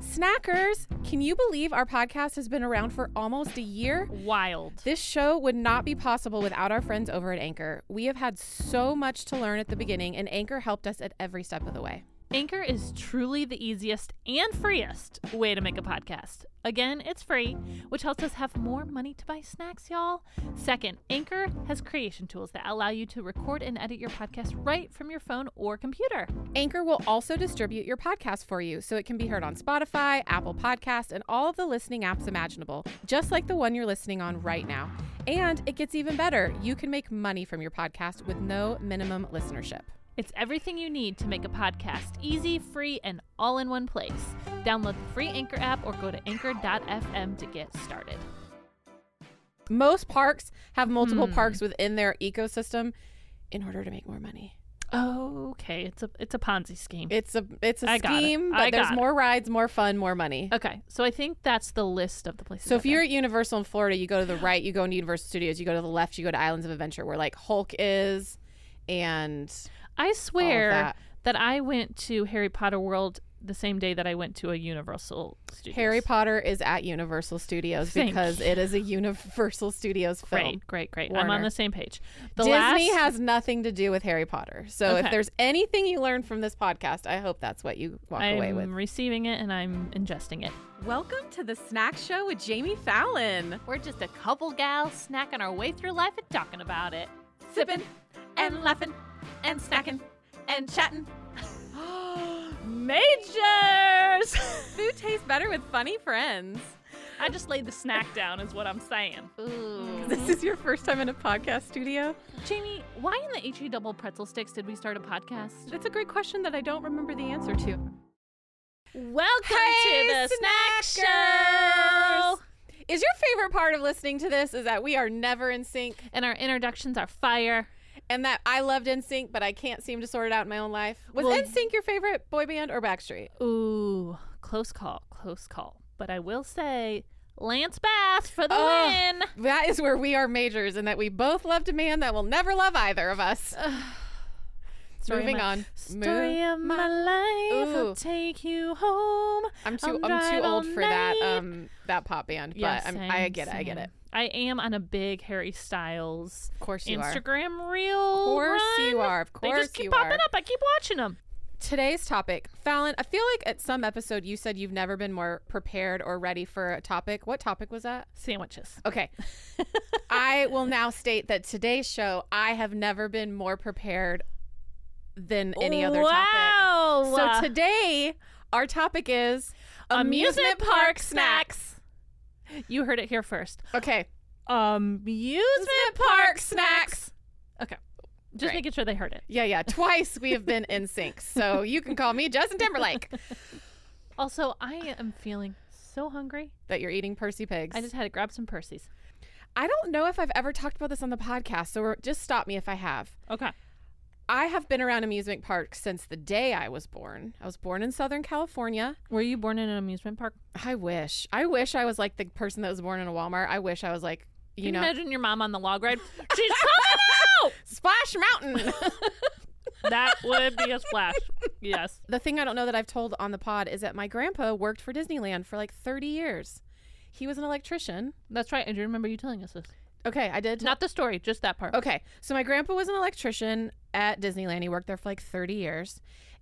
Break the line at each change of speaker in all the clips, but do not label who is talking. Snackers, can you believe our podcast has been around for almost a year?
Wild.
This show would not be possible without our friends over at Anchor. We have had so much to learn at the beginning, and Anchor helped us at every step of the way.
Anchor is truly the easiest and freest way to make a podcast. Again, it's free, which helps us have more money to buy snacks, y'all. Second, Anchor has creation tools that allow you to record and edit your podcast right from your phone or computer.
Anchor will also distribute your podcast for you so it can be heard on Spotify, Apple Podcast, and all of the listening apps imaginable, just like the one you're listening on right now. And it gets even better. You can make money from your podcast with no minimum listenership.
It's everything you need to make a podcast easy, free, and all in one place. Download the free Anchor app or go to anchor.fm to get started.
Most parks have
Hmm.
multiple parks within their ecosystem in order to make more money.
Okay, it's a it's a Ponzi scheme.
It's a it's a
I got it.
scheme,
I
but there's
got it.
more rides, more fun, more money.
okay, so I think that's the list of the places.
So if
out there.
you're at Universal in Florida, you go to the right, you go into Universal Studios, you go to the left, you go to Islands of Adventure where like Hulk is and
I swear
that.
that. I went to Harry Potter World the same day that I went to a Universal Studios.
Harry Potter is at Universal Studios
Thank
because it is a Universal Studios film.
Great, great, great. I'm on
Warner.
the same page. The
Disney
last,
has nothing to do with Harry Potter. So if
Okay.
there's anything you learned from this podcast, I hope that's what you walk
I'm
away with.
receiving it and I'm ingesting it.
Welcome to the Snack Show with Jamie Fallon.
We're just a couple gals snacking our way through life and talking about it.
Sipping
and laughing and snacking and chatting.
Majors! Food tastes better with funny friends.
I just laid the snack down, is what I'm saying. Mm.
This is your first time in a podcast studio?
Jamie, why in the HE double pretzel sticks did we start a podcast?
That's a great question that I don't remember the answer to.
Welcome
Hey,
to the snack
Snackers!
show.
Is your favorite part of listening to this is that we are never in sync
And our introductions are fire.
and that I loved in sync but I can't seem to sort it out in my own life. Was
Well-
in sync your favorite boy band or Backstreet?
Ooh, close call, close call. But I will say, Lance Bass for the
Ugh.
win.
That is where we are majors and that we both loved a man that will never love either of us.
Story of
Moving
my-
on.
Story of my life.
Ooh.
I'll take you home.
I'm too
I'll
I'm
drive
too
all
old for that
night.
um that pop band,
Yeah,
but I'm,
same,
I get it. I get
same.
it.
I am on a big Harry Styles
Of course you are.
Instagram reel.
Of course you
run.
are. Of course
They just keep
you
popping
are.
up. I keep watching them.
Today's topic, Fallon. I feel like at some episode you said you've never been more prepared or ready for a topic. What topic was that?
Sandwiches.
Okay. I will now state that today's show, I have never been more prepared than any other topic.
wow. Uh,
So today, our topic is
amusement, park snacks. You heard it here first.
Okay.
Um, Amusement
park snacks.
Okay. Just
Great.
making sure they heard it.
Yeah, yeah. Twice we have been in sync. So you can call me Justin Timberlake.
Also, I am feeling so hungry.
that you're eating Percy pigs.
I just had to grab some Percy's.
I don't know if I've ever talked about this on the podcast, so we're- just stop me if I have.
Okay.
I have been around amusement parks since the day I was born. I was born in Southern California.
Were you born in an amusement park?
I wish. I wish I was like the person that was born in a Walmart. I wish I was like, you
Can you
know,
imagine your mom on the log ride? She's coming
Splash Mountain.
out. That would be a splash. Yes.
the thing I don't know that I've told on the pod is that my grandpa worked for Disneyland for like 30 years. He was an electrician.
That's right. I do remember you telling us this.
Okay, I did.
Not the story, just that part.
Okay, so my grandpa was an electrician at Disneyland. He worked there for like 30 years.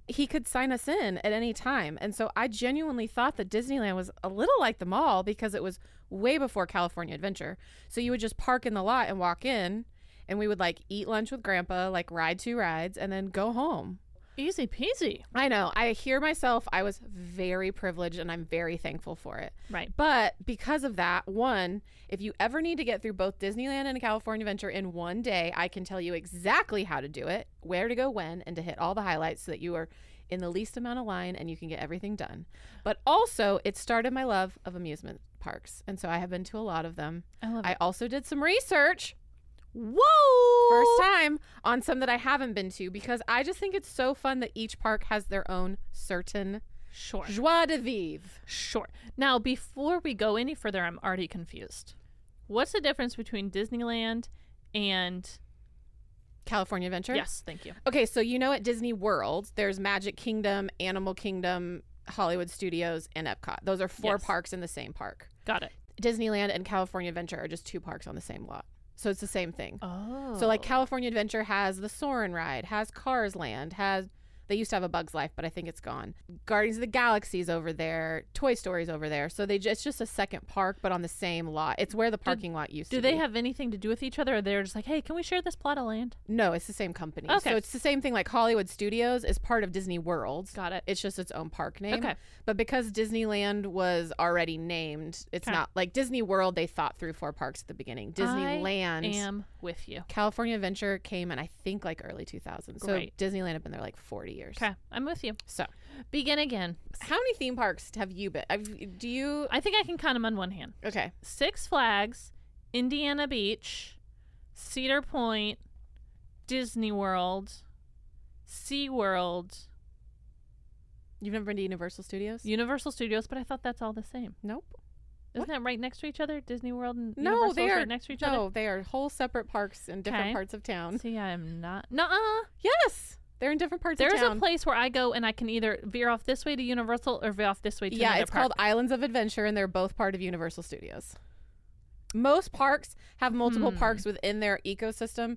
He could sign us in at any time. And so I genuinely thought that Disneyland was a little like the mall because it was way before California Adventure. So you would just park in the lot and walk in, and we would like eat lunch with grandpa, like ride two rides, and then go home.
Easy peasy.
I know, I hear myself. I was very privileged and I'm very thankful for it.
Right.
But because of that, one, if you ever need to get through both Disneyland and California Adventure in one day, I can tell you exactly how to do it, where to go when, and to hit all the highlights so that you are in the least amount of line and you can get everything done. But also, it started my love of amusement parks. And so I have been to a lot of them.
I love
I also did some research
Whoa!
first time on some that I haven't been to because I just think it's so fun that each park has their own certain
Sure.
joie de vivre.
Sure. Now, before we go any further, I'm already confused. What's the difference between Disneyland and.
California Adventure?
Yes, thank you.
Okay, so you know at Disney World, there's Magic Kingdom, Animal Kingdom, Hollywood Studios, and Epcot. Those are four
Yes.
parks in the same park.
Got it.
Disneyland and California Adventure are just two parks on the same lot. So it's the same thing.
Oh.
So like California Adventure has the Soarin' ride, has Cars Land, has they used to have a Bug's Life, but I think it's gone. Guardians of the Galaxy's over there, Toy Story's over there. So they just, it's just a second park, but on the same lot. It's where the parking lot used
Do
to.
they
be.
have anything to do with each other? Or they're just like, hey, can we share this plot of land?
No, it's the same company.
Okay.
So it's the same thing. Like Hollywood Studios is part of Disney World.
Got it.
It's just its own park name.
Okay.
But because Disneyland was already named, it's
Okay.
not like Disney World. They thought through four parks at the beginning. Disneyland.
I am with you.
California Adventure came in, I think, like early 2000s. So
Great.
Disneyland had been there like 40 years.
Okay. I'm with you.
So,
Begin again.
how many theme parks have you been? I've, do you?
I think I can count them on one hand
Okay,
Six Flags, Indiana Beach, Cedar Point, Disney World, SeaWorld,
you've never been to Universal Studios?
Universal Studios, but I thought that's all the same.
nope.
Isn't that right next to each other? Disney World and
No,
Universal's
they are
right next to each
no, they are whole separate parks in different
Okay.
parts of town.
other. See, I'm not. Nuh-uh.
Yes, they're in different parts of
There's
town.
a place where I go and I can either veer off this way to Universal or veer off this way to
yeah,
another
it's
park.
called Islands of Adventure, and they're both part of Universal Studios. Most parks have multiple
Hmm.
parks within their ecosystem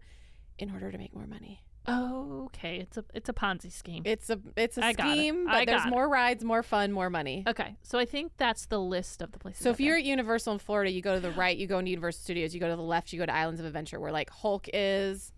in order to make more money.
Okay, it's a it's a Ponzi scheme.
It's a it's a
I got it.
scheme, but
I
there's
got it.
more rides, more fun, more money.
okay, so I think that's the list of the places.
So if
I've been.
you're at Universal in Florida, you go to the right, you go into Universal Studios, you go to the left, you go to Islands of Adventure, where like Hulk is,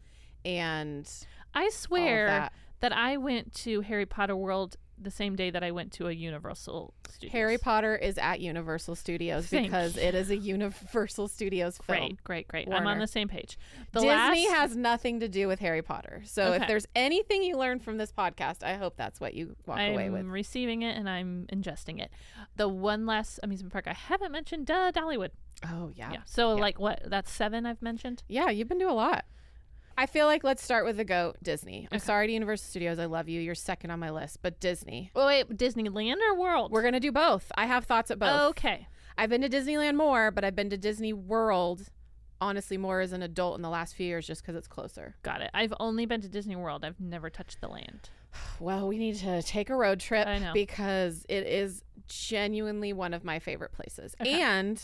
and
I swear
that.
that. I went to Harry Potter World the same day that I went to a Universal Studios.
Harry Potter is at Universal Studios
Thank
because
you.
it is a Universal Studios film.
Great, great, great. I'm on
Warner.
the same page. The
Disney
last,
has nothing to do with Harry Potter. So
Okay.
if there's anything you learned from this podcast, I hope that's what you walk
I'm
away with.
receiving it and I'm ingesting it. The one last amusement park I haven't mentioned, duh, Dollywood.
Oh yeah.
Yeah. So
Yeah.
like what? That's seven I've mentioned.
Yeah, you've been to a lot. I feel like let's start with the goat, Disney. I'm
Okay.
sorry to Universal Studios. I love you. You're second on my list, but Disney.
Well, wait, Disneyland or World?
We're going to do both. I have thoughts at both.
Okay.
I've been to Disneyland more, but I've been to Disney World, honestly, more as an adult in the last few years just because it's closer.
Got it. I've only been to Disney World. I've never touched the land.
Well, we need to take a road trip
I know.
because it is genuinely one of my favorite places.
Okay.
And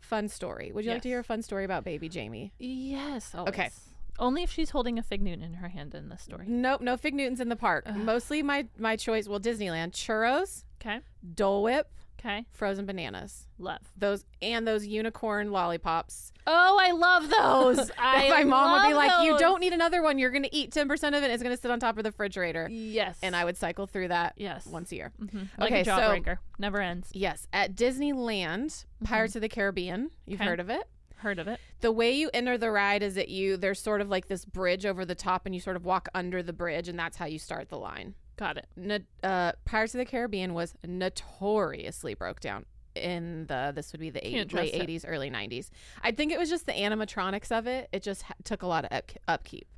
fun story. Would you like to
Yes.
hear a fun story about baby Jamie?
Yes.
Okay.
always. Only if she's holding a fig Newton in her hand in this story.
Nope, no Fig Newtons in the park.
Ugh.
Mostly my my choice, well, Disneyland, churros,
Okay.
Dole Whip,
Okay.
frozen bananas.
Love.
Those and those unicorn lollipops.
Oh, I love those. I
my mom would be
love
like, "You
those."
don't need another one. You're going to eat 10% of it. It's going to sit on top of the refrigerator."
Yes.
and I would cycle through that
Yes.
once a year.
Mhm. Like
Okay,
a
so-
jawbreaker. Never ends.
Yes, at Disneyland, Pirates of the Caribbean, you've
Mm-hmm. Okay.
heard of it.
Heard of it?
The way you enter the ride is that you there's sort of like this bridge over the top, and you sort of walk under the bridge, and that's how you start the line.
Got it.
Na- uh, Pirates of the Caribbean was notoriously broke down in the this would be the 80,
Can't
late
trust it.
80s, early 90s. I think it was just the animatronics of it. It just ha- took a lot of up- upkeep.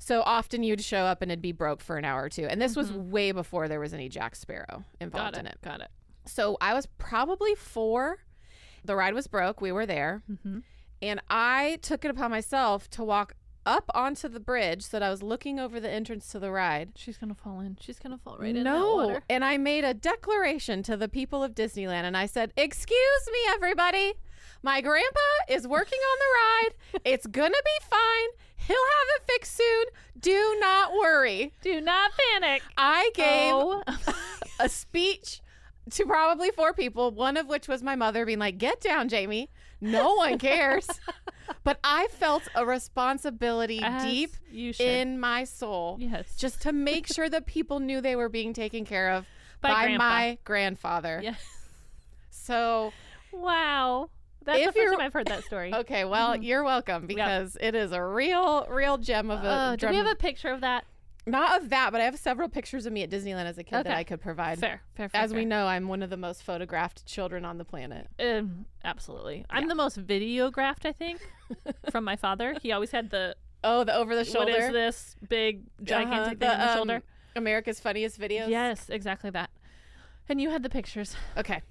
So often you'd show up and it'd be broke for an hour or two. And this was way before there was any Jack Sparrow involved
Mm-hmm. Got it.
in it.
Got it.
So I was probably four. The ride was broke. We were there.
Mm-hmm.
And I took it upon myself to walk up onto the bridge so that I was looking over the entrance to the ride.
She's gonna fall in. She's gonna fall right in. that
no.
water.
And I made a declaration to the people of Disneyland and I said, Excuse me, everybody. My grandpa is working on the ride. It's going to be fine. He'll have it fixed soon. Do not worry.
Do not panic.
I gave
Oh.
a speech to probably four people, one of which was my mother being like, Get down, Jamie. No one cares. but I felt a responsibility
As
deep
You should.
in my soul
yes.
just to make sure that people knew they were being taken care of
By
by,
grandpa.
my grandfather.
Yes.
So,
Wow. That's
If
the first
you're-
time I've heard that story.
okay,
Mm-hmm.
well, you're welcome because it is a real, real gem of a
Oh, do
drum.
we have a picture of that?
Not of that, but I have several pictures of me at Disneyland as a kid
Okay.
that I could provide.
Fair, fair, fair.
As we
fair.
know, I'm one of the most photographed children on the planet.
Um, absolutely. I'm the most videographed, I think, from my father. He always had the
Oh, the over the
what
shoulder.
is this big gigantic
Uh-huh,
thing on the
um,
shoulder?
America's funniest videos.
Yes, exactly that. And you had the pictures.
Okay.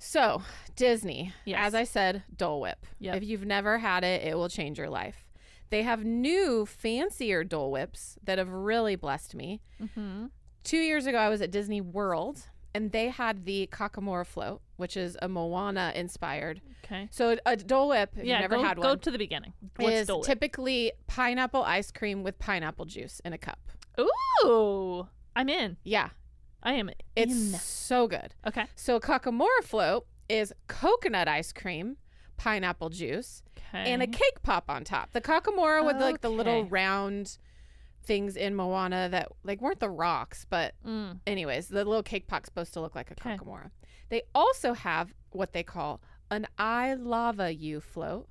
So, Disney,
Yes.
as I said, Dole Whip.
Yep.
If you've never had it, it will change your life. They have new, fancier Dole Whips that have really blessed me.
Mm-hmm.
Two years ago, I was at Disney World and they had the Kakamora float, which is a Moana inspired.
Okay.
So, a Dole Whip, if
yeah,
you've never
go,
had
go
one,
to the beginning. What's
is
Dole Whip?
typically pineapple ice cream with pineapple juice in a cup.
Ooh, I'm in.
Yeah,
I am.
it's
in.
so good.
okay.
So, Kakamora float is coconut ice cream, pineapple juice,
Okay.
and a cake pop on top. The Kakamora with like the little
Okay.
round things in Moana that like weren't the rocks, but
Mm.
anyways, the little cake pop's supposed to look like a
Okay.
Kakamora. They also have what they call an I lava you float,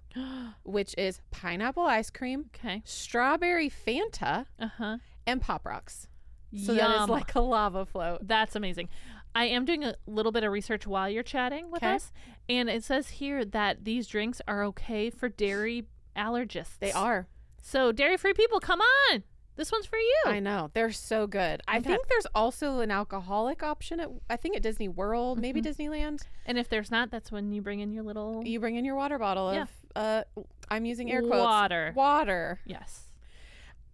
which is pineapple ice cream,
okay.
strawberry Fanta,
Uh huh.
and pop rocks. So
Yum.
that is like a lava float.
That's amazing. I am doing a little bit of research while you're chatting with
Okay.
us, and it says here that these drinks are okay for dairy allergists.
They are.
So dairy-free people, come on! This one's for you.
I know they're so good. Oh. I
Okay.
think there's also an alcoholic option at I think at Disney World, maybe Disneyland.
and if there's not, that's when you bring in your little
You bring in your water bottle
Yeah.
of uh I'm using air quotes.
Water.
Water.
yes.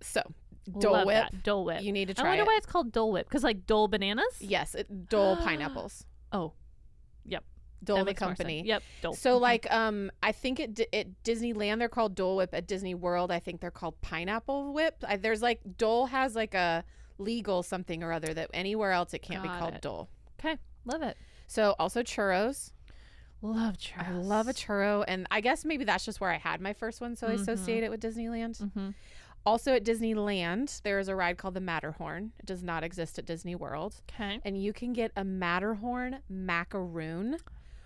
So Dole
Love
Whip.
that. Dole Whip.
you need to
I
try
wonder
it.
why it's called Dole Whip because like Dole bananas.
Yes, it, Dole pineapples.
Oh, yep.
Dole
That
the
makes more sense.
company.
Yep. Dole.
So like um I think at, D- at Disneyland they're called Dole Whip at Disney World I think they're called Pineapple Whip. I, there's like Dole has like a legal something or other that anywhere else it can't
Got
be called
it.
Dole.
okay, love it.
So also churros.
Love churros.
I love a churro, and I guess maybe that's just where I had my first one, so I
Mhm.
associate it with Disneyland.
Mm-hmm.
Also at Disneyland, there is a ride called the Matterhorn. It does not exist at Disney World,
Okay.
and you can get a Matterhorn macaroon.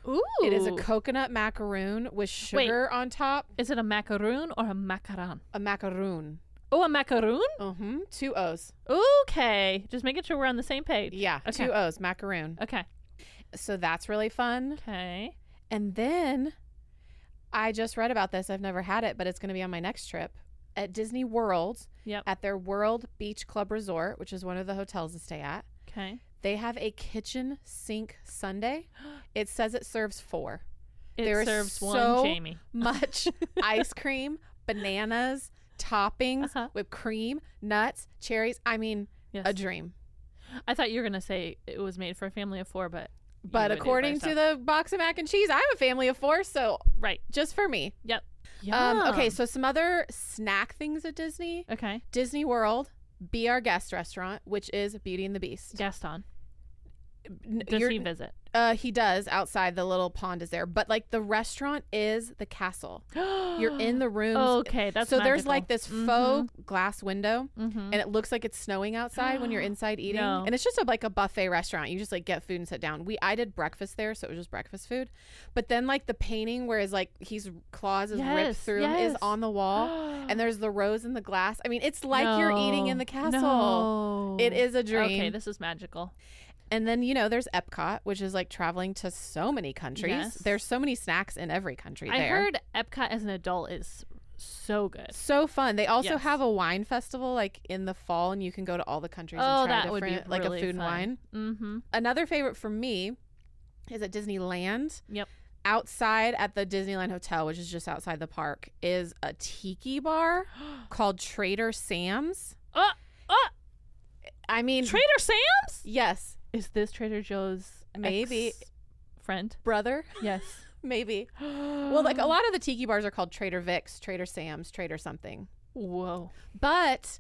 Ooh.
It is a coconut macaroon with sugar on top.
Is it a macaroon or a macaron?
A macaroon.
Oh, a macaroon?
Mm-hmm. Two O's.
Okay. Just making sure we're on the same page.
Yeah,
Okay.
two uh, O's. Macaroon.
Okay.
So that's really fun.
Okay.
And then I just read about this. I've never had it, but it's going to be on my next trip at Disney World.
Yep.
at their World Beach Club Resort, which is one of the hotels to stay at.
Okay.
They have a kitchen sink Sunday. It says it serves four.
It
There is
serves one
so
Jamie.
Much ice cream, bananas, toppings,
Uh-huh.
whipped cream, nuts, cherries. I mean,
Yes.
a dream.
I thought you were gonna say it was made for a family of four, but you
But
would do it by
according to
yourself.
the box of mac and cheese, I'm a family of four, so
right.
just for me.
Yep.
Um, okay,
Yum.
so some other snack things at Disney
okay.
Disney World, Be Our Guest restaurant, which is Beauty and the Beast.
Gaston,
N-
does
you're-
he visit?
Uh, he does outside the little pond is there, but like the restaurant is the castle. You're in the rooms.
Oh, Okay, that's
so there's like this
magical. Mm-hmm.
faux glass window,
Mhm.
and it looks like it's snowing outside when you're inside eating.
No.
And it's just a, like a buffet restaurant. You just like get food and sit down. We I did breakfast there, so it was just breakfast food. But then like the painting where his like he's claws is ripped
Yes,
through him
yes.
is on the wall, and there's the rose in the glass. I mean, it's like you're eating in the
No,
castle. It
no.
is a dream.
Okay, this is magical.
And then, you know, there's Epcot, which is like traveling to so many countries.
Yes.
There's so many snacks in every country
I
there.
heard Epcot as an adult is so good.
so fun. They also
Yes.
have a wine festival like in the fall and you can go to all the countries
Oh,
and try
that would be
different like
really
a food
fun.
and wine.
Mm-hmm.
Another favorite for me is at Disneyland.
Yep.
Outside at the Disneyland Hotel, which is just outside the park, is a tiki bar called Trader Sam's.
Uh, uh,
I mean,
Trader Sam's?
yes,
Is this Trader Joe's
Maybe.
ex- friend?
brother,
Yes.
maybe.
well,
Well, like a lot of the tiki bars are called Trader Vic's, Trader Sam's, Trader something.
Whoa.
But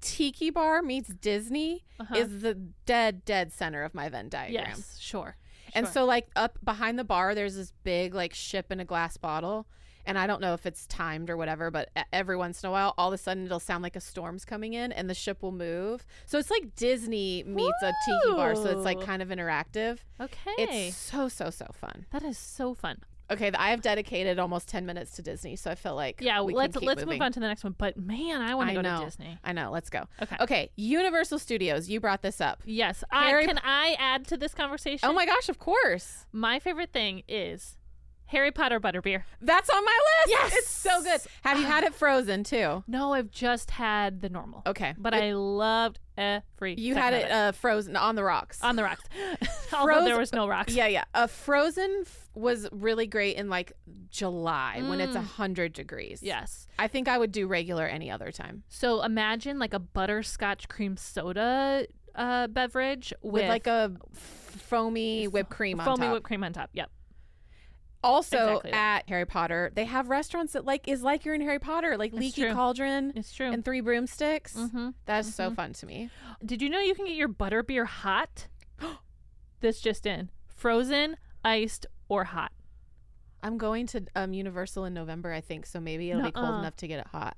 Tiki Bar meets Disney
Uh-huh.
is the dead, dead center of my Venn diagram.
yes, sure.
And
sure.
so, like, up behind the bar, there's this big, like, ship in a glass bottle. And I don't know if it's timed or whatever, but e- every once in a while, all of a sudden, it'll sound like a storm's coming in and the ship will move. So it's like Disney meets a tiki bar. So it's like
Ooh.
kind of interactive.
okay,
It's so, so, so fun.
that is so fun.
Okay, th- I have dedicated almost ten minutes to Disney, so I feel like
Yeah,
we can
let's
keep
let's
moving.
move on to the next one. But man, I want
I
to go
know.
to Disney.
I know. Let's go.
Okay.
Okay, Universal Studios. You brought this up.
Yes. I,
Harry
can I add to this conversation?
Oh my gosh! Of course.
My favorite thing is Harry Potter butterbeer.
That's on my list.
Yes! Ah.
It's so good. Have you had it frozen too?
No, I've just had the normal.
Okay.
But
It-
I loved every.
you
second
had
of
it uh, frozen on the rocks.
on the rocks. Although there
Frozen-
was no rocks.
yeah, yeah. Uh, frozen f- was really great in like July when it's
Mm.
100 degrees.
Yes.
I think I would do regular any other time.
So imagine like a butterscotch cream soda uh, beverage with,
With, like a f- foamy whipped cream on
foamy
top.
whipped cream on top. Yep.
also
Exactly that.
at Harry Potter, they have restaurants that like is like you're in Harry Potter, like
It's
Leaky
true.
Cauldron
It's true.
and Three Broomsticks.
Mhm.
That's so fun to me.
Did you know you can get your butterbeer hot? this just in: frozen, iced, or hot.
I'm going to um, Universal in November, I think, so maybe it'll be cold
Nuh-uh.
enough to get it hot.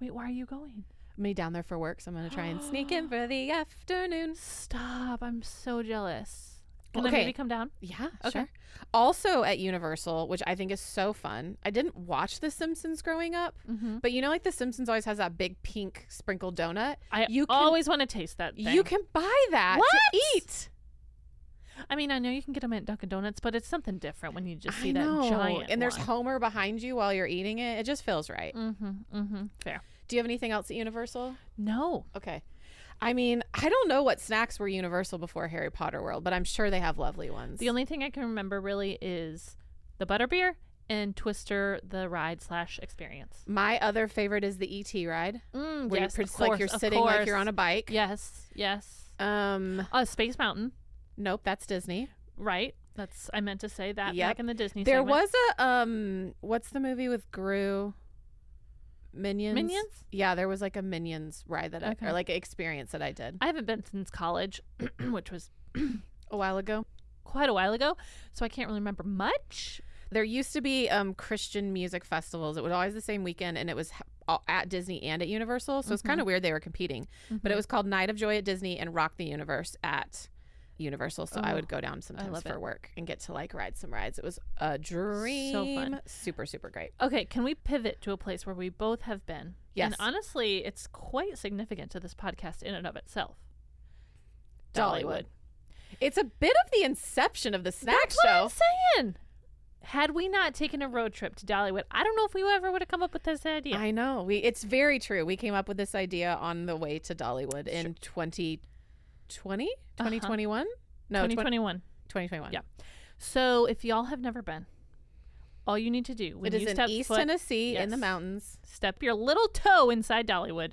Wait, why are you going?
I'm gonna be down there for work, so I'm gonna try and sneak in for the afternoon.
Stop! I'm so jealous. Can I
Okay.
maybe come down?
Yeah,
Okay.
sure. Also at Universal, which I think is so fun. I didn't watch The Simpsons growing up,
Mm-hmm.
but you know, like The Simpsons always has that big pink sprinkled donut.
I
You can-
always want to taste that. Thing.
You can buy that to
What?
eat.
I mean, I know you can get them at Dunkin' Donuts, but it's something different when you just see
I
that
know.
giant.
and there's Homer behind you while you're eating it. It just feels right.
Mm-hmm. Mm-hmm. Fair.
Do you have anything else at Universal?
No.
Okay. I mean, I don't know what snacks were Universal before Harry Potter World, but I'm sure they have lovely ones.
The only thing I can remember really is the butterbeer and Twister the ride slash experience.
My other favorite is the ET ride.
Mm,
where
yes,
you
of
pres- like you're
course, of
sitting like you're
course.
on a bike.
Yes, yes.
Um.
Uh, Space Mountain,
Nope, that's Disney.
right? That's I meant to say that
Yep.
back in the Disney.
There
segment.
was a um. What's the movie with Gru? Minions.
Minions?
Yeah, there was like a Minions ride that I,
Okay.
or like an experience that I did
I haven't been since college, which was
a while ago.
quite a while ago, so I can't really remember much.
There used to be um Christian music festivals. It was always the same weekend, and it was h- all- at Disney and at Universal. So it's kind
Mm-hmm.
of weird they were competing, but it was called Night of Joy at Disney and Rock the Universe at. Universal, so I
Oh,
would go down sometimes
love
for
it.
work and get to like ride some rides. It was a dream, super super great.
Okay, can we pivot to a place where we both have been?
Yes.
And honestly, it's quite significant to this podcast in and of itself.
Dollywood. It's a bit of the inception of the snack
That's what
show.
I'm saying. Had we not taken a road trip to Dollywood, I don't know if we ever would have come up with this idea.
I know. We it's very true. We came up with this idea on the way to Dollywood in 2020, 2021? No, 2020,
2021.
2021.
Uh-huh. Yeah. So if y'all have never been, all you need to do when
It is
you
in
step
East
foot-
Tennessee in the
Yes.
mountains.
step your little toe inside Dollywood,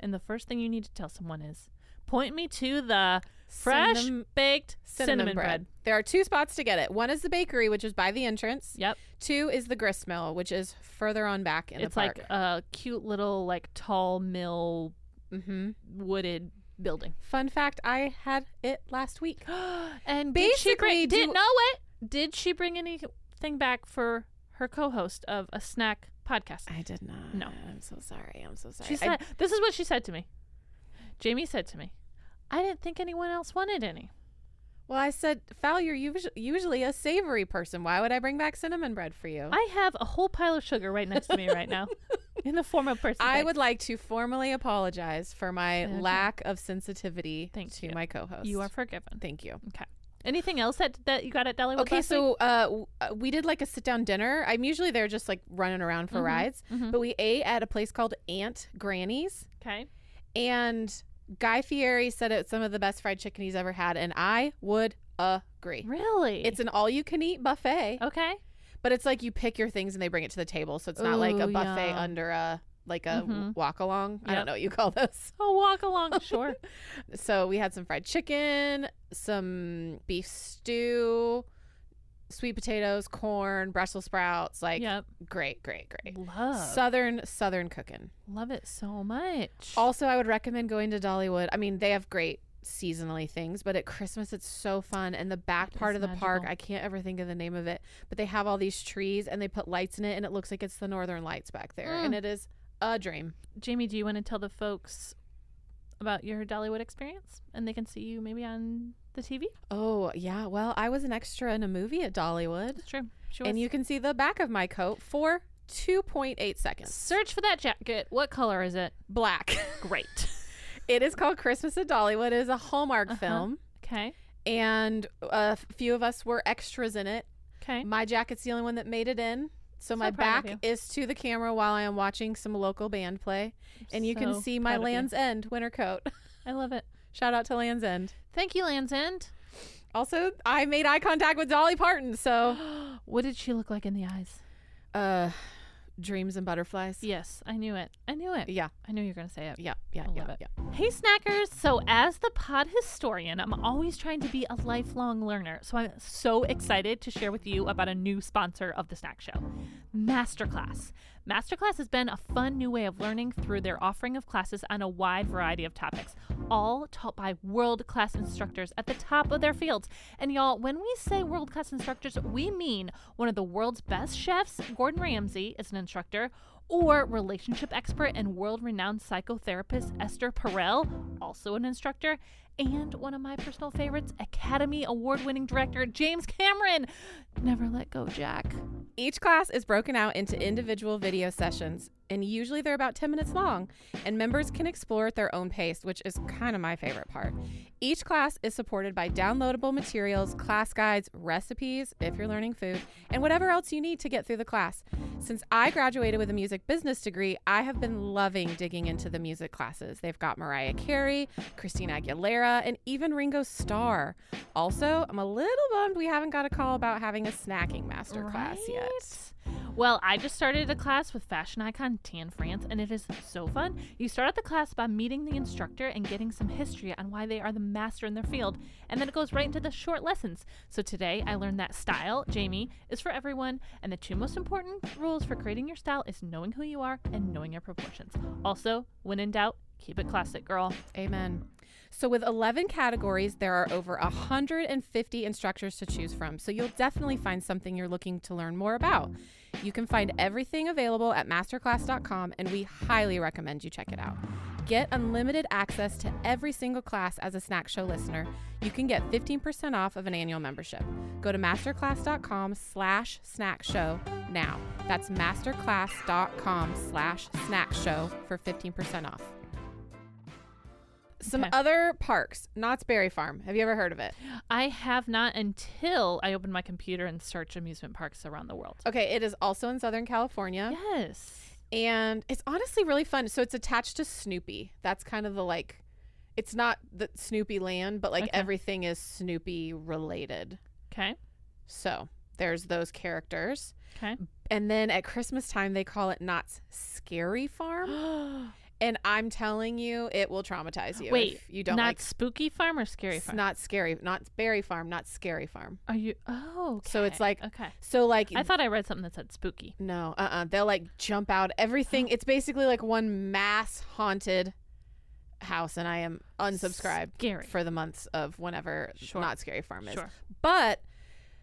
and the first thing you need to tell someone is, "Point me to the fresh
Cinnam-
baked cinnamon, bread.
There are two spots to get it. One is the bakery, which is by the entrance.
Yep,
Two is the grist mill, which is further on back in
it's
the park.
like a cute little like tall mill
mm-hmm.
wooded building.
Fun fact: I had it last week.
And did she
Basically,
bring,
do-
did know it? Did she bring anything back for her co-host of a snack podcast?
I did not.
No.
I'm so sorry. I'm so sorry.
She
I-
said, "This is what she said to me." Jamie said to me, "I didn't think anyone else wanted any."
Well, I said, Fowl, you're usu- usually a savory person. Why would I bring back cinnamon bread for you?
I have a whole pile of sugar right next to me right now in the form of person.
I
cake.
would like to formally apologize for my
Okay.
lack of sensitivity
Thank
to
you.
my co-host.
You are forgiven.
Thank you.
Okay. Anything else that that you got at Dollywood?
Okay,
last week?
so uh, w- uh, we did like a sit-down dinner. I'm usually there just like running around for
Mhm,
rides,
mhm.
but we ate at a place called Aunt Granny's,
okay,
and Guy Fieri said it's some of the best fried chicken he's ever had, and I would agree.
really? Oh.
It's an all-you-can-eat buffet.
okay.
But it's like you pick your things and they bring it to the table, so it's not like a
Ooh,
buffet
yum.
under a like a
Mhm.
walk along. I
Yep.
don't know what you call those.
I'll walk along. Sure.
So we had some fried chicken, some beef stew, sweet potatoes, corn, Brussels sprouts. Like
yep.
great, great, great.
Love.
Southern southern cooking.
Love it so much.
Also, I would recommend going to Dollywood. I mean, they have great seasonally things, but at Christmas it's so fun. And the back
It
part
is
of the park,
magical.
I can't ever think of the name of it, but they have all these trees and they put lights in it, and it looks like it's the Northern Lights back there, and
Mm.
it is a dream.
Jamie, do you want to tell the folks about your Dollywood experience, and they can see you maybe on the TV.
Oh, yeah. Well, I was an extra in a movie at Dollywood.
That's true. She
And
was.
you can see the back of my coat for 2.8 seconds.
search for that jacket. What color is it?
Black.
Great.
it is called Christmas at Dollywood. It is a Hallmark
Uh-huh.
film,
okay.
and a f- few of us were extras in it.
Okay.
My jacket's the only one that made it in. So my
proud of
back is to the camera while I am watching some local band play, and you can
So
see my
proud of you.
Land's End winter coat.
I love it.
Shout out to Land's End.
Thank you, Land's End.
Also, I made eye contact with Dolly Parton, so
what did she look like in the eyes?
uh dreams and butterflies.
Yes, I knew it. I knew it.
Yeah,
I knew you were going to say it.
yeah, yeah,
I
yeah,
love it.
yeah.
Hey, snackers. So, as the pod historian, I'm always trying to be a lifelong learner. So, I'm so excited to share with you about a new sponsor of the snack show Masterclass. Masterclass has been a fun new way of learning through their offering of classes on a wide variety of topics, all taught by world class instructors at the top of their fields. And, y'all, when we say world class instructors, we mean one of the world's best chefs, Gordon Ramsay, is an instructor or relationship expert and world renowned psychotherapist Esther Perel, also an instructor, and one of my personal favorites, Academy Award winning director James Cameron. Never let go, Jack.
Each class is broken out into individual video sessions, and usually they're about 10 minutes long, and members can explore at their own pace, which is kind of my favorite part. Each class is supported by downloadable materials, class guides, recipes if you're learning food, and whatever else you need to get through the class. Since I graduated with a music business degree, I have been loving digging into the music classes. They've got Mariah Carey, Christina Aguilera, and even Ringo Starr. Also, I'm a little bummed we haven't got a call about having a snacking master class yet.
Right? Well, I just started a class with fashion icon Tan France, and it is so fun. You start out the class by meeting the instructor and getting some history on why they are the master in their field, and then it goes right into the short lessons. So today I learned that style, Jamie, is for everyone, and the two most important rules for creating your style is knowing who you are and knowing your proportions. Also, when in doubt, keep it classic, girl.
Amen. So, with 11 categories, there are over 150 instructors to choose from. So, you'll definitely find something you're looking to learn more about. You can find everything available at masterclass.com, and we highly recommend you check it out. Get unlimited access to every single class as a Snack Show listener. You can get 15% off of an annual membership. Go to masterclass.com slash snack show now. That's masterclass.com slash snack show for 15% off. Some
Okay.
other parks. Knott's Berry Farm. Have you ever heard of it?
I have not until I open my computer and search amusement parks around the world.
Okay, it is also in Southern California.
Yes.
and it's honestly really fun. So it's attached to Snoopy. That's kind of the like, it's not the Snoopy land, but like
Okay.
everything is Snoopy related.
Okay.
So there's those characters,
Okay.
and then at Christmas time they call it Knott's Scary Farm, and I'm telling you, it will traumatize you.
Wait,
if you don't
not
like
spooky farm or scary
it's
farm?
not scary, not Berry Farm, not Scary Farm.
Are you? Oh,
So it's
okay,
like-
okay.
So like.
I thought I read something that said spooky.
no, uh, uh They'll like jump out everything. It's basically like one mass haunted house, and I am unsubscribed.
Scary.
for the months of whenever
Sure.
Not Scary Farm is.
Sure.
But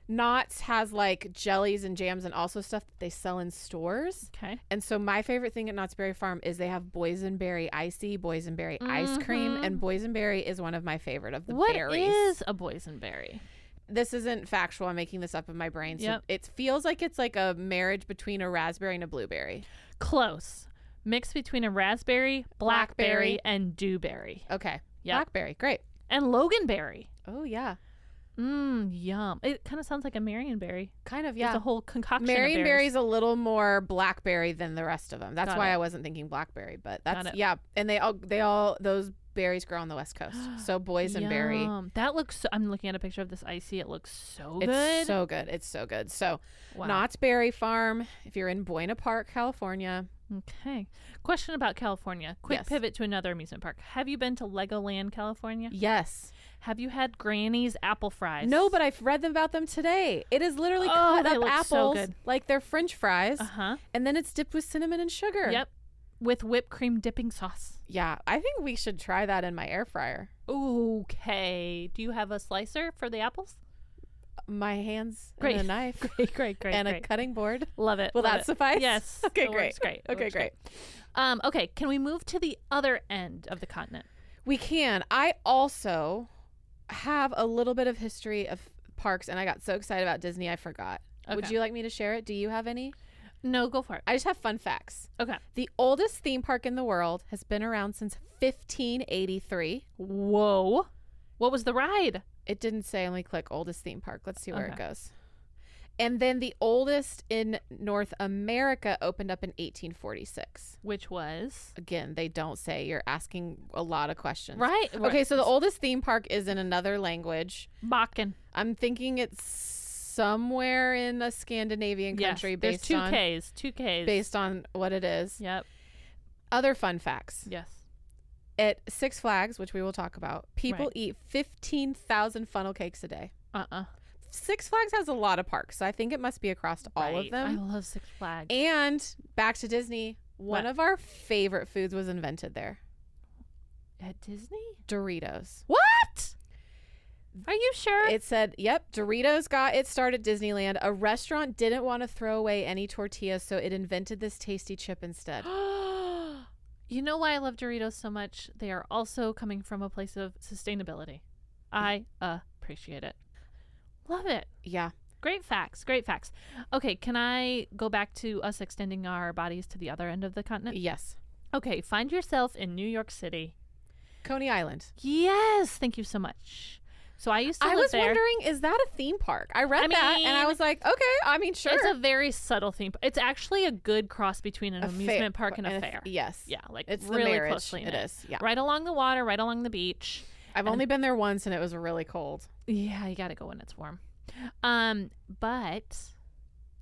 Knott's has like jellies and jams and also stuff that they sell in stores.
Okay.
And so my favorite thing at Knott's Berry Farm is they have boysenberry icy, boysenberry ice cream,
Mhm.
and boysenberry is one of my favorite of the
What is
berries.
a boysenberry?
this isn't factual. I'm making this up in my brain. So
Yep.
it feels like it's like a marriage between a raspberry and a blueberry.
Close. Mix between a raspberry, blackberry,
Blackberry.
and dewberry,
Okay.
Yep.
Blackberry. Great.
and loganberry.
Oh yeah.
Mmm, yum. It kind of sounds like a marionberry.
Kind of
It's a
yeah.
whole concoction. of berries.
Marionberry's a little more blackberry than the rest of them. That's
Got
why
it.
I wasn't thinking blackberry, but
Got
that's
it.
yeah. And they all they all those berries grow on the west coast. So boysenberry,
Yum. That looks. So, I'm looking at a picture of this icy. It looks so
it's
good.
so good. It's so good. So
wow.
Knott's Berry Farm, if you're in Buena Park, California,
Okay. Question about California. Quick
Yes.
pivot to another amusement park. Have you been to Legoland, California?
yes.
Have you had Granny's apple fries?
No, but I've read them about them today. It is literally
Oh,
cut
they
up
look so
apples
good.
like they're French fries,
Uh huh.
and then it's dipped with cinnamon and sugar.
Yep. With whipped cream dipping sauce.
Yeah, I think we should try that in my air fryer.
Okay. Do you have a slicer for the apples?
My hands
Great.
and a knife
Great, great, great.
and
great.
a cutting board.
Love it.
Will
love
that
it.
suffice?
Yes.
Okay,
it
great.
works great. It
Okay,
works great. Um, okay. Can we move to the other end of the continent?
We can. I also have a little bit of history of parks, and I got so excited about Disney, I forgot. Would
Okay.
you like me to share it? Do you have any?
No, go for it.
I just have fun facts.
Okay.
The oldest theme park in the world has been around since 1583.
Whoa. What was the ride?
It didn't say only click oldest theme park. Let's see where it
Okay.
goes. And then the oldest in North America opened up in 1846.
Which was
Again, they don't say. You're asking a lot of questions.
right.
Okay, so the oldest theme park is in another language.
Bakken.
I'm thinking it's somewhere in a Scandinavian country
yes.
based
There's two
on
K's. Two K's.
based on what it is.
Yep.
Other fun facts.
Yes.
At Six Flags, which we will talk about, people
Right.
eat 15,000 funnel cakes a day.
Uh uh
Six Flags has a lot of parks, so I think it must be across all of them.
I love Six Flags.
And back to Disney, one
What?
of our favorite foods was invented there
At Disney?
Doritos.
What? Are you sure?
It said, yep, Doritos got its start at Disneyland. A restaurant didn't want to throw away any tortillas, so it invented this tasty chip instead.
you know why I love Doritos so much? They are also coming from a place of sustainability. I appreciate it. Love it.
yeah.
Great facts. Great facts. Okay, can I go back to us extending our bodies to the other end of the continent?
Yes.
Okay, find yourself in New York City.
Coney Island.
Yes, thank you so much. So I used to
I
live
was
there.
wondering, is that a theme park? I read
I
that and I
mean,
was like, okay, I mean, sure.
It's a very subtle theme. It's actually a good cross between an
A fair-
amusement park and a
and a-
fair.
yes.
Yeah, like
It's the
really
marriage.
closely
It
knit.
is, yeah.
Right along the water, right along the beach.
I've only been there once and it was really cold.
Yeah, you got to go when it's warm. Um, but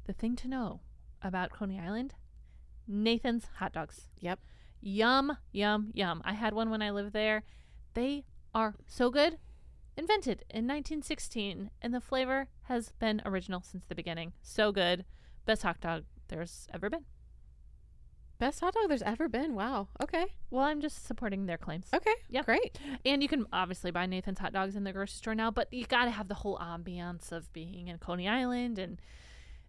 the thing to know about Coney Island, Nathan's hot dogs.
Yep.
Yum, yum, yum. I had one when I lived there. They are so good. Invented in 1916, and the flavor has been original since the beginning. So good. Best hot dog there's ever been.
Best hot dog there's ever been. Wow. Okay.
Well, I'm just supporting their claims.
Okay.
Yeah.
Great.
And you can obviously buy Nathan's hot dogs in the grocery store now, but you got to have the whole ambiance of being in Coney Island and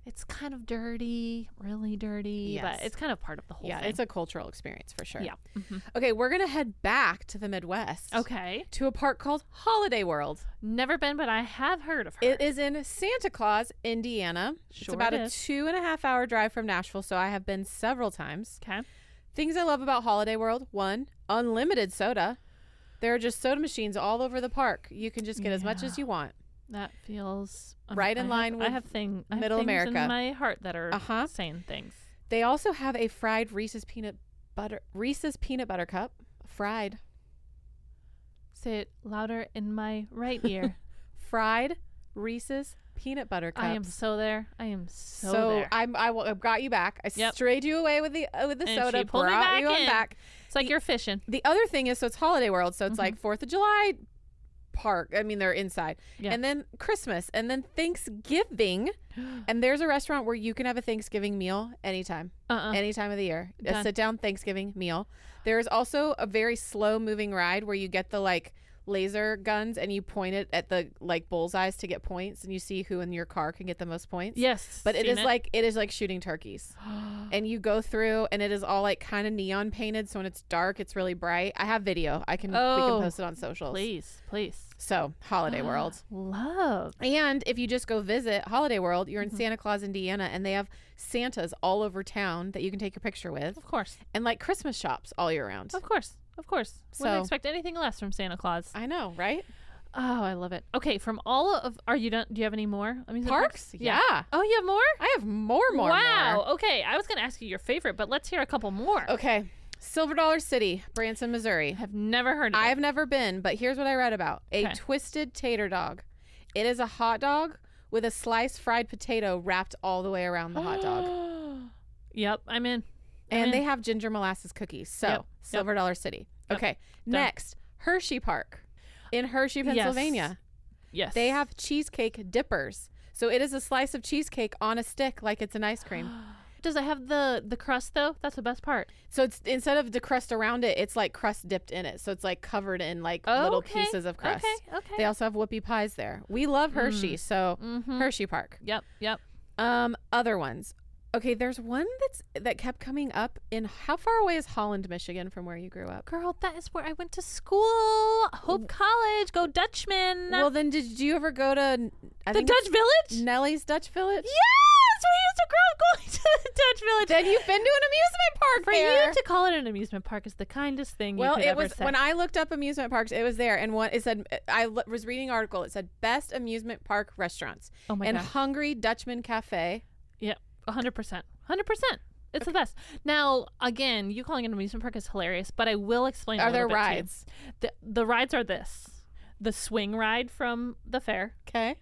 it's kind of dirty, really dirty,
Yes.
but it's kind of part of the whole
yeah.
thing.
It's a cultural experience for sure. Mm-hmm.
Yeah. Mhm.
Okay. We're going to head back to the Midwest.
Okay.
To a park called Holiday World.
Never been, but I have heard of her.
It is in Santa Claus, Indiana. it's
Sure
about
it
a
is.
two and a half hour drive from Nashville, so I have been several times.
Okay.
Things I love about Holiday World one, unlimited soda. There are just soda machines all over the park. You can just get as much
Yeah.
as you want.
That feels
Right in
I have-
line
I
with
have thing I have
Middle
things
America.
in my heart that are
Uh-huh.
saying things.
They also have a fried Reese's peanut butter Reese's peanut butter cup. Fried.
Say it louder in my right ear.
Fried Reese's peanut butter cups.
I am so there. I am so,
so,
there.
I'm I, w- I got you back. I
Yep.
strayed you away with the uh, with the
And
soda.
she pulled me
brought
back
you on
in.
back.
it's like you're fishing.
The other thing is, so it's Holiday World, so it's like
Mm-hmm.
Fourth of July park. I mean, they're inside,
Yeah.
and then Christmas, and then Thanksgiving, and there's a restaurant where you can have a Thanksgiving meal anytime,
Uh-uh.
any time of the year. A
Done.
sit down Thanksgiving meal. There is also a very slow moving ride where you get the like laser guns and you point it at the like bullseyes to get points, and you see who in your car can get the most points.
yes.
But it
seen
is like it is like shooting turkeys. and you go through and it is all like kind of neon painted, so when it's dark it's really bright. I have video. I can we
Oh,
can post it on socials.
please, please. Ah,
So, Holiday World.
Love.
And if you just go visit Holiday World, you're in
Mm-hmm.
Santa Claus, Indiana, and they have Santas all over town that you can take your picture with
Of course.
and like Christmas shops all year round.
Of course. Of course.
So-
Wouldn't expect anything less from Santa Claus.
I know, right?
oh, I love it. Okay, from all of are you done do you have any more? I mean
Parks? Yeah.
Oh, you have more?
I have more more
wow.
more.
Okay. I was gonna ask you your favorite, but let's hear a couple more.
Okay. Silver Dollar City, Branson, Missouri.
I've never heard of
I've
it.
never been, but here's what I read about a
Okay.
twisted tater dog. It is a hot dog with a sliced fried potato wrapped all the way around the hot dog.
Yep, I'm in. I'm
And they
in.
have ginger molasses cookies. So,
Yep, yep.
Silver Dollar City.
Yep,
Okay. Next, Hershey Park in Hershey,
Yes.
Pennsylvania.
Yes.
They have cheesecake dippers. So, it is a slice of cheesecake on a stick like it's an ice cream.
Does it have the the crust though? That's the best part.
So, it's instead of the crust around it, it's like crust dipped in it. So, it's like covered in like little
Okay,
pieces of crust.
Okay, okay. Mm.
They also have whoopie pies there. We love Hershey, so
Mhm.
Hershey Park.
Yep, yep.
Um, other ones. Okay, there's one that's that kept coming up in how far away is Holland, Michigan from where you grew up?
Girl, that is where I went to school. Hope College. Go Dutchman.
Well, then did you ever go to I
the
think it's
Dutch Village?
Nellie's Dutch Village?
Yes! We used to grow up going to the Dutch Village.
Then you've been to an amusement park
For
there.
you to call it an amusement park is the kindest thing
well,
you could
it
ever
was
say.
when I looked up amusement parks. It was there, and one it said I l- was reading an article. It said best amusement park restaurants
oh my
and
gosh.
Hungry Dutchman Cafe.
Yeah, 100%. 100%. It's the best. Now, again, you calling it an amusement park is hilarious, but I will explain. a
Are there
little bit to you.
rides?
The, the rides are this the swing ride from the fair,
Okay,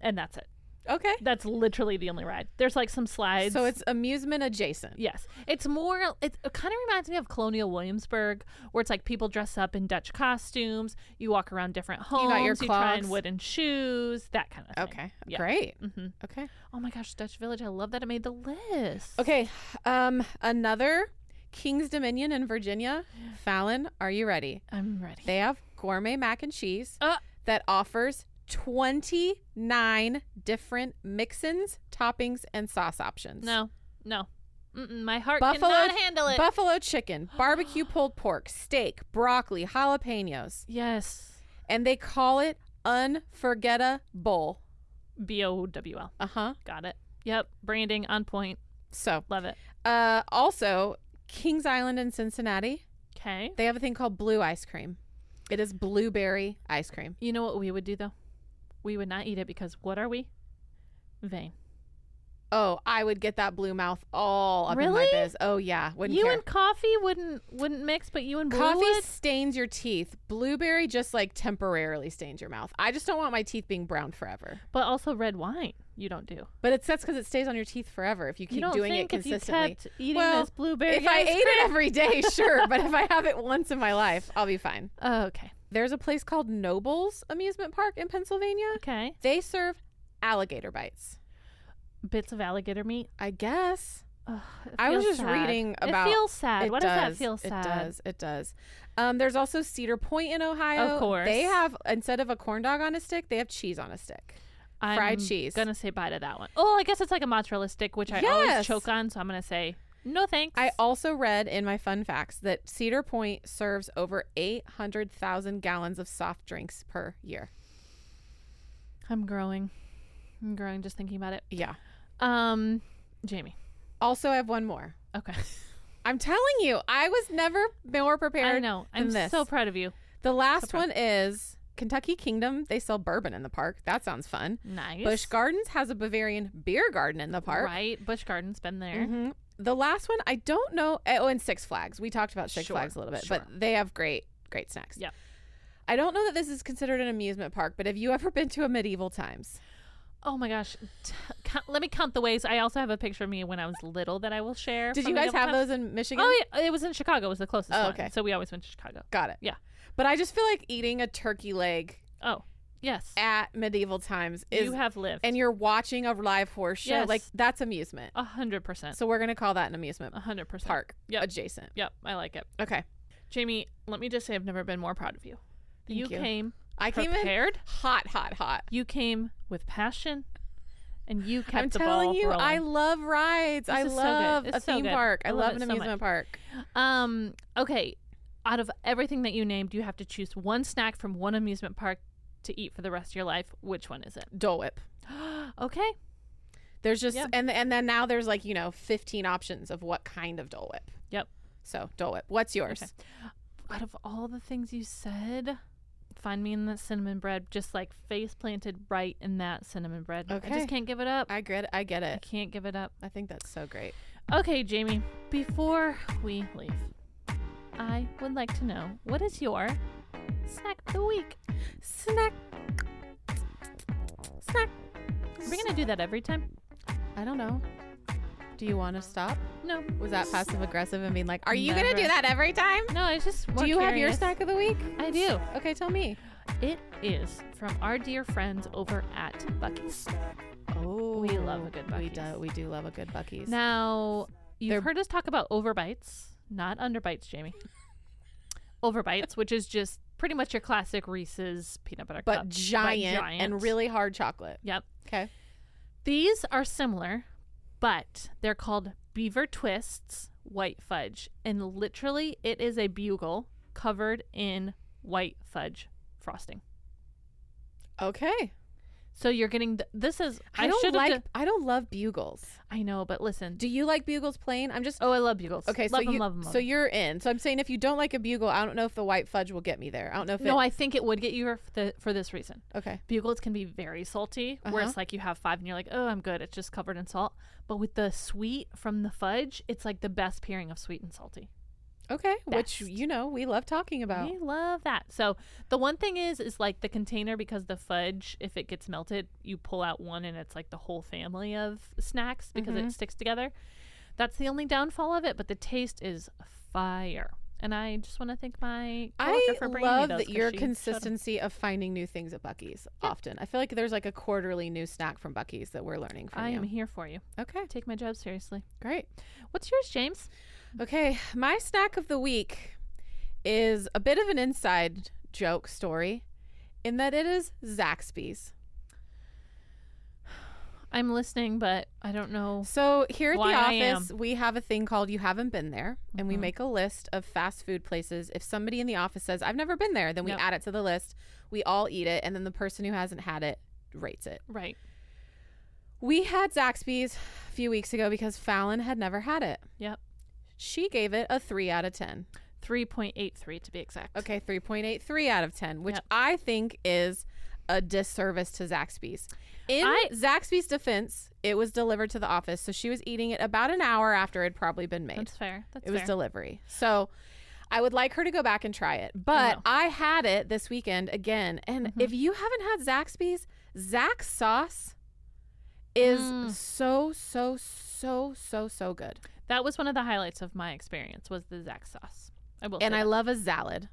and that's it.
okay.
That's literally the only ride. There's like some slides.
so it's amusement adjacent.
Yes. It's more, it, it kind of reminds me of Colonial Williamsburg, where it's like people dress up in Dutch costumes. You walk around different homes.
got your
try on
clogs.
wooden shoes, that kind of thing.
Okay,
Yeah.
great.
hmm
Okay,
Oh my gosh, Dutch Village. I love that it made the list.
okay. Um, another King's Dominion in Virginia. Fallon, are you ready?
I'm ready.
They have gourmet mac and cheese
Uh.
that offers 29 different mix-ins, toppings, and sauce options.
No, no. Mm-mm, my heart
Buffalo,
cannot handle it.
buffalo chicken, barbecue pulled pork, steak, broccoli, jalapenos,
yes.
and they call it unforgettable.
B O W L.
Uh huh.
Got it. Yep. Branding on point.
So,
Love it.
uh, also Kings Island in Cincinnati,
Okay.
they have a thing called blue ice cream. It is blueberry ice cream.
You know what we would do though? We would not eat it because what are we? Vain.
Oh, I would get that blue mouth all up in my
Really?
biz. Oh yeah, wouldn't
you
care.
and coffee wouldn't wouldn't mix, but you and blue
Coffee
would?
stains your teeth. Blueberry just like temporarily stains your mouth. I just don't want my teeth being brown forever.
but also red wine. You don't do.
But it's that's because it stays on your teeth forever if you keep
you don't
doing it
think if you
consistently.
kept eating
Well,
this blueberry?
if I
ice
ate it every day, sure. but if I have it once in my life, I'll be fine.
cream- oh, okay,
There's a place called Nobles Amusement Park in Pennsylvania.
okay,
They serve alligator bites.
bits of alligator meat.
I guess.
Ugh, it
I was
feels
just
sad.
reading about-
It feels sad.
It
What does that feel sad?
It does. It does. Um, there's also Cedar Point in Ohio.
Of course.
They have, instead of a corn dog on a stick, they have cheese on a stick. Fried
I'm
cheese.
Gonna say bye to that one. Oh, I guess it's like a mozzarella stick, which I always
Yes.
choke on, so I'm gonna say no thanks.
I also read in my fun facts that Cedar Point serves over 800,000 gallons of soft drinks per year.
I'm growing. I'm growing just thinking about it.
Yeah.
Um, Jamie.
Also, I have one more.
Okay.
I'm telling you, I was never more prepared.
I know. I'm
than this.
so proud of you.
The last
proud.
one is Kentucky Kingdom. They sell bourbon in the park. That sounds fun.
Nice.
Busch Gardens has a Bavarian beer garden in the park.
Right. Bush Gardens. Been there.
Mhm. The last one, I don't know. Oh, and Six Flags. We talked about Six
Sure,
Flags a little bit,
sure.
but they have great, great snacks.
Yep.
I don't know that this is considered an amusement park, but have you ever been to a medieval times?
Oh my gosh. T- count, let me count the ways. I also have a picture of me when I was little that I will share.
Did
from
you
the
guys
double
have
tap.
those in Michigan?
Oh, yeah. It was in Chicago. Was the closest
Oh,
one.
okay.
So we always went to Chicago.
Got it.
Yeah.
But I just feel like eating a turkey leg
Oh, yes.
at medieval times is,
you have lived.
and you're watching a live horse show.
Yes.
Like that's amusement.
a hundred percent.
So we're gonna call that an amusement
A hundred percent.
park
Yep.
adjacent.
Yep. I like it.
Okay.
Jamie, let me just say I've never been more proud of you.
Thank you.
came
I came in
prepared.
hot, hot, hot.
You came with passion, and you kept
I'm
the
telling
ball
you, I
rolling.
love rides.
This
I
is so good.
love
It's
a
so
theme
good.
park.
I
I
love
love
it
an
so much.
amusement park.
um. Okay, out of everything that you named, you have to choose one snack from one amusement park to eat for the rest of your life. Which one is it?
Dole Whip.
okay.
There's just
Yeah.
and and then now there's like you know 15 options of what kind of Dole Whip.
Yep.
So Dole Whip. What's yours?
Okay. Out of all the things you said, find me in that cinnamon bread, just like face planted right in that cinnamon bread. I
Okay.
just can't give it up. I,
I get. I get it.
can't give it up.
I think that's so great.
Okay, Jamie, before we leave, I would like to know what is your snack of the week?
Snack. Snack.
Are we going to do that every time?
I don't know. Do you want to stop?
No.
Was that passive aggressive and being like, "Are you gonna
Never.
do that every time?"
No, it's just. more
do you have your
curious.
snack of the week?
I do.
Okay, tell me.
It is from our dear friends over at Bucky's.
Oh,
We love a good
We
Buc-ee's.
do. We do love a good Bucky's.
Now, you've
They're-
heard us talk about overbites, not underbites, Jamie. overbites, which is just pretty much your classic Reese's peanut butter cup,
but giant,
giant.
and really hard chocolate.
Yep.
Okay.
These are similar, but they're called Beaver Twists White Fudge. And literally, it is a bugle covered in white fudge frosting.
Okay.
So you're getting th- this is
I don't
should've
like.
d-
I don't love bugles.
I know, but listen.
Do you like bugles playing? I'm just.
oh, I love bugles.
okay.
love
so
'em,
you.
love 'em, love
so
'em.
you're in. So I'm saying if you don't like a bugle, I don't know if the white fudge will get me there. I don't know if.
no,
it,
I think it would get you for, the, for this reason.
Okay.
Bugles can be very salty, where it's
Uh-huh.
like you have five and you're like, oh, I'm good. It's just covered in salt. But with the sweet from the fudge, it's like the best pairing of sweet and salty.
Okay. Which
Best.
you know we love talking about.
We love that. So the one thing is, is like the container because the fudge, if it gets melted, you pull out one and it's like the whole family of snacks because
Mm-hmm.
it sticks together. That's the only downfall of it, but the taste is fire. And I just want to thank my coworker
I
for bringing me
love
those
that
'cause
your
she showed 'em.
consistency of finding new things at Bucky's. Often, I feel like there's like a quarterly new snack from Bucky's that we're learning from
I
you.
am here for you.
Okay,
Take my job seriously.
great.
What's yours, James?
Okay, my snack of the week is a bit of an inside joke story, in that it is Zaxby's.
I'm listening, but I don't know.
So here at
Why I
the office, we have a thing called "You Haven't Been There," and we
Mhm.
make a list of fast food places. If somebody in the office says, "I've never been there," then we
Yep.
add it to the list. We all eat it, and then the person who hasn't had it rates it.
Right.
We had Zaxby's a few weeks ago because Fallon had never had it.
Yep.
She gave it a 3 out of 10.
3.83 to be exact.
Okay, 3.83 out of 10, which
Yep.
I think is a disservice to Zaxby's. In
I-
Zaxby's defense, it was delivered to the office, so she was eating it about an hour after it had probably been made.
That's fair. That's
it was
fair.
delivery. So I would like her to go back and try it. But
will.
I had it this weekend again. And if you haven't had Zaxby's, Zax sauce is
Mm.
so, so, so, so, so good.
That was one of the highlights of my experience was the Zax sauce. I will.
and
say
I
that.
love a salad.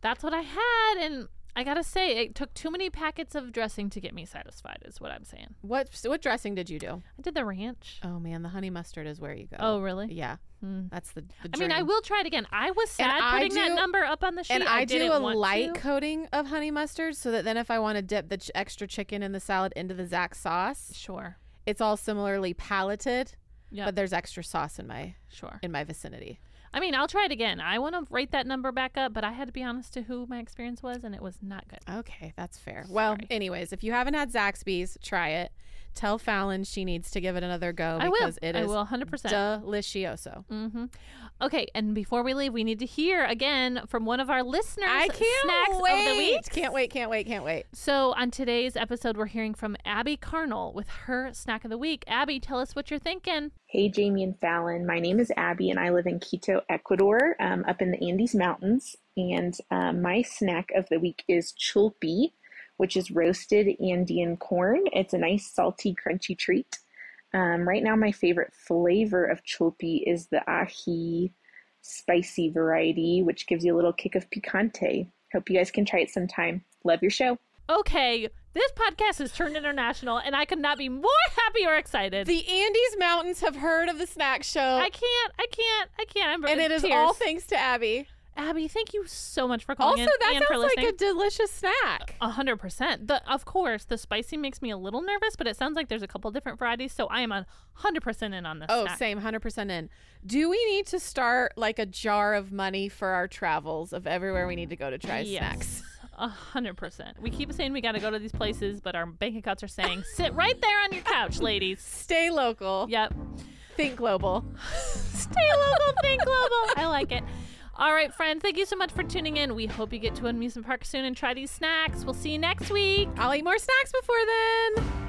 that's what I had, and I gotta say, it took too many packets of dressing to get me satisfied. Is what I'm saying.
What so what dressing did you do?
I did the ranch.
Oh man, the honey mustard is where you go.
Oh, really?
Yeah.
Hmm.
That's the, the
I mean, I
dream.
will try it again. I was
And
sad
I
putting that
do-
number up on the sheet.
And I, do
didn't
a
want
light
to.
coating of honey mustard so that then if I want to dip the ch- extra chicken and the salad into the Zax sauce,
Sure.
it's all similarly palated.
Yeah.
but there's extra sauce in my
Sure.
in my vicinity.
I mean, I'll try it again. I want to rate that number back up, but I had to be honest to who my experience was, and it was not good.
Okay, that's fair. Well,
Sorry.
anyways, if you haven't had Zaxby's, try it. Tell Fallon she needs to give it another go
I will.
because it
I
is
will. Hundred percent.
delicioso.
Mm-hmm. Okay, and before we leave, we need to hear again from one of our listeners.
I
snacks
can't
Of the
wait.
week.
Can't wait, can't wait, can't wait.
So on today's episode, we're hearing from Abby Carnell with her snack of the week. Abby, tell us what you're thinking.
Hey, Jamie and Fallon. My name is Abby, and I live in Quito, Ecuador, um, up in the Andes Mountains. And um, my snack of the week is chulpi, which is roasted Andean corn. It's a nice, salty, crunchy treat. Um, right now, my favorite flavor of chulpi is the ají spicy variety, which gives you a little kick of picante. Hope you guys can try it sometime. Love your show.
Okay, this podcast has turned international, and I could not be more happy or excited.
The Andes Mountains have heard of the snack show.
I can't, I can't, I can't. I'm
and it is
tears.
all thanks to Abby.
Abby, thank you so much for calling
Also,
in
that
and for
sounds like
listening.
a delicious snack.
A hundred percent. The of course the spicy makes me a little nervous, but it sounds like there's a couple different varieties, so I am a hundred percent in on this.
Oh,
Uh, snack.
same, hundred percent in. Do we need to start like a jar of money for our travels of everywhere we need to go to try snacks?
A hundred percent. We keep saying we got to go to these places, but our bank accounts are saying sit right there on your couch, ladies.
Stay local.
Yep.
Think global.
Stay local, think global. I like it. All right, friends. Thank you so much for tuning in. We hope you get to an amusement park soon and try these snacks. We'll see you next week.
I'll eat more snacks before then.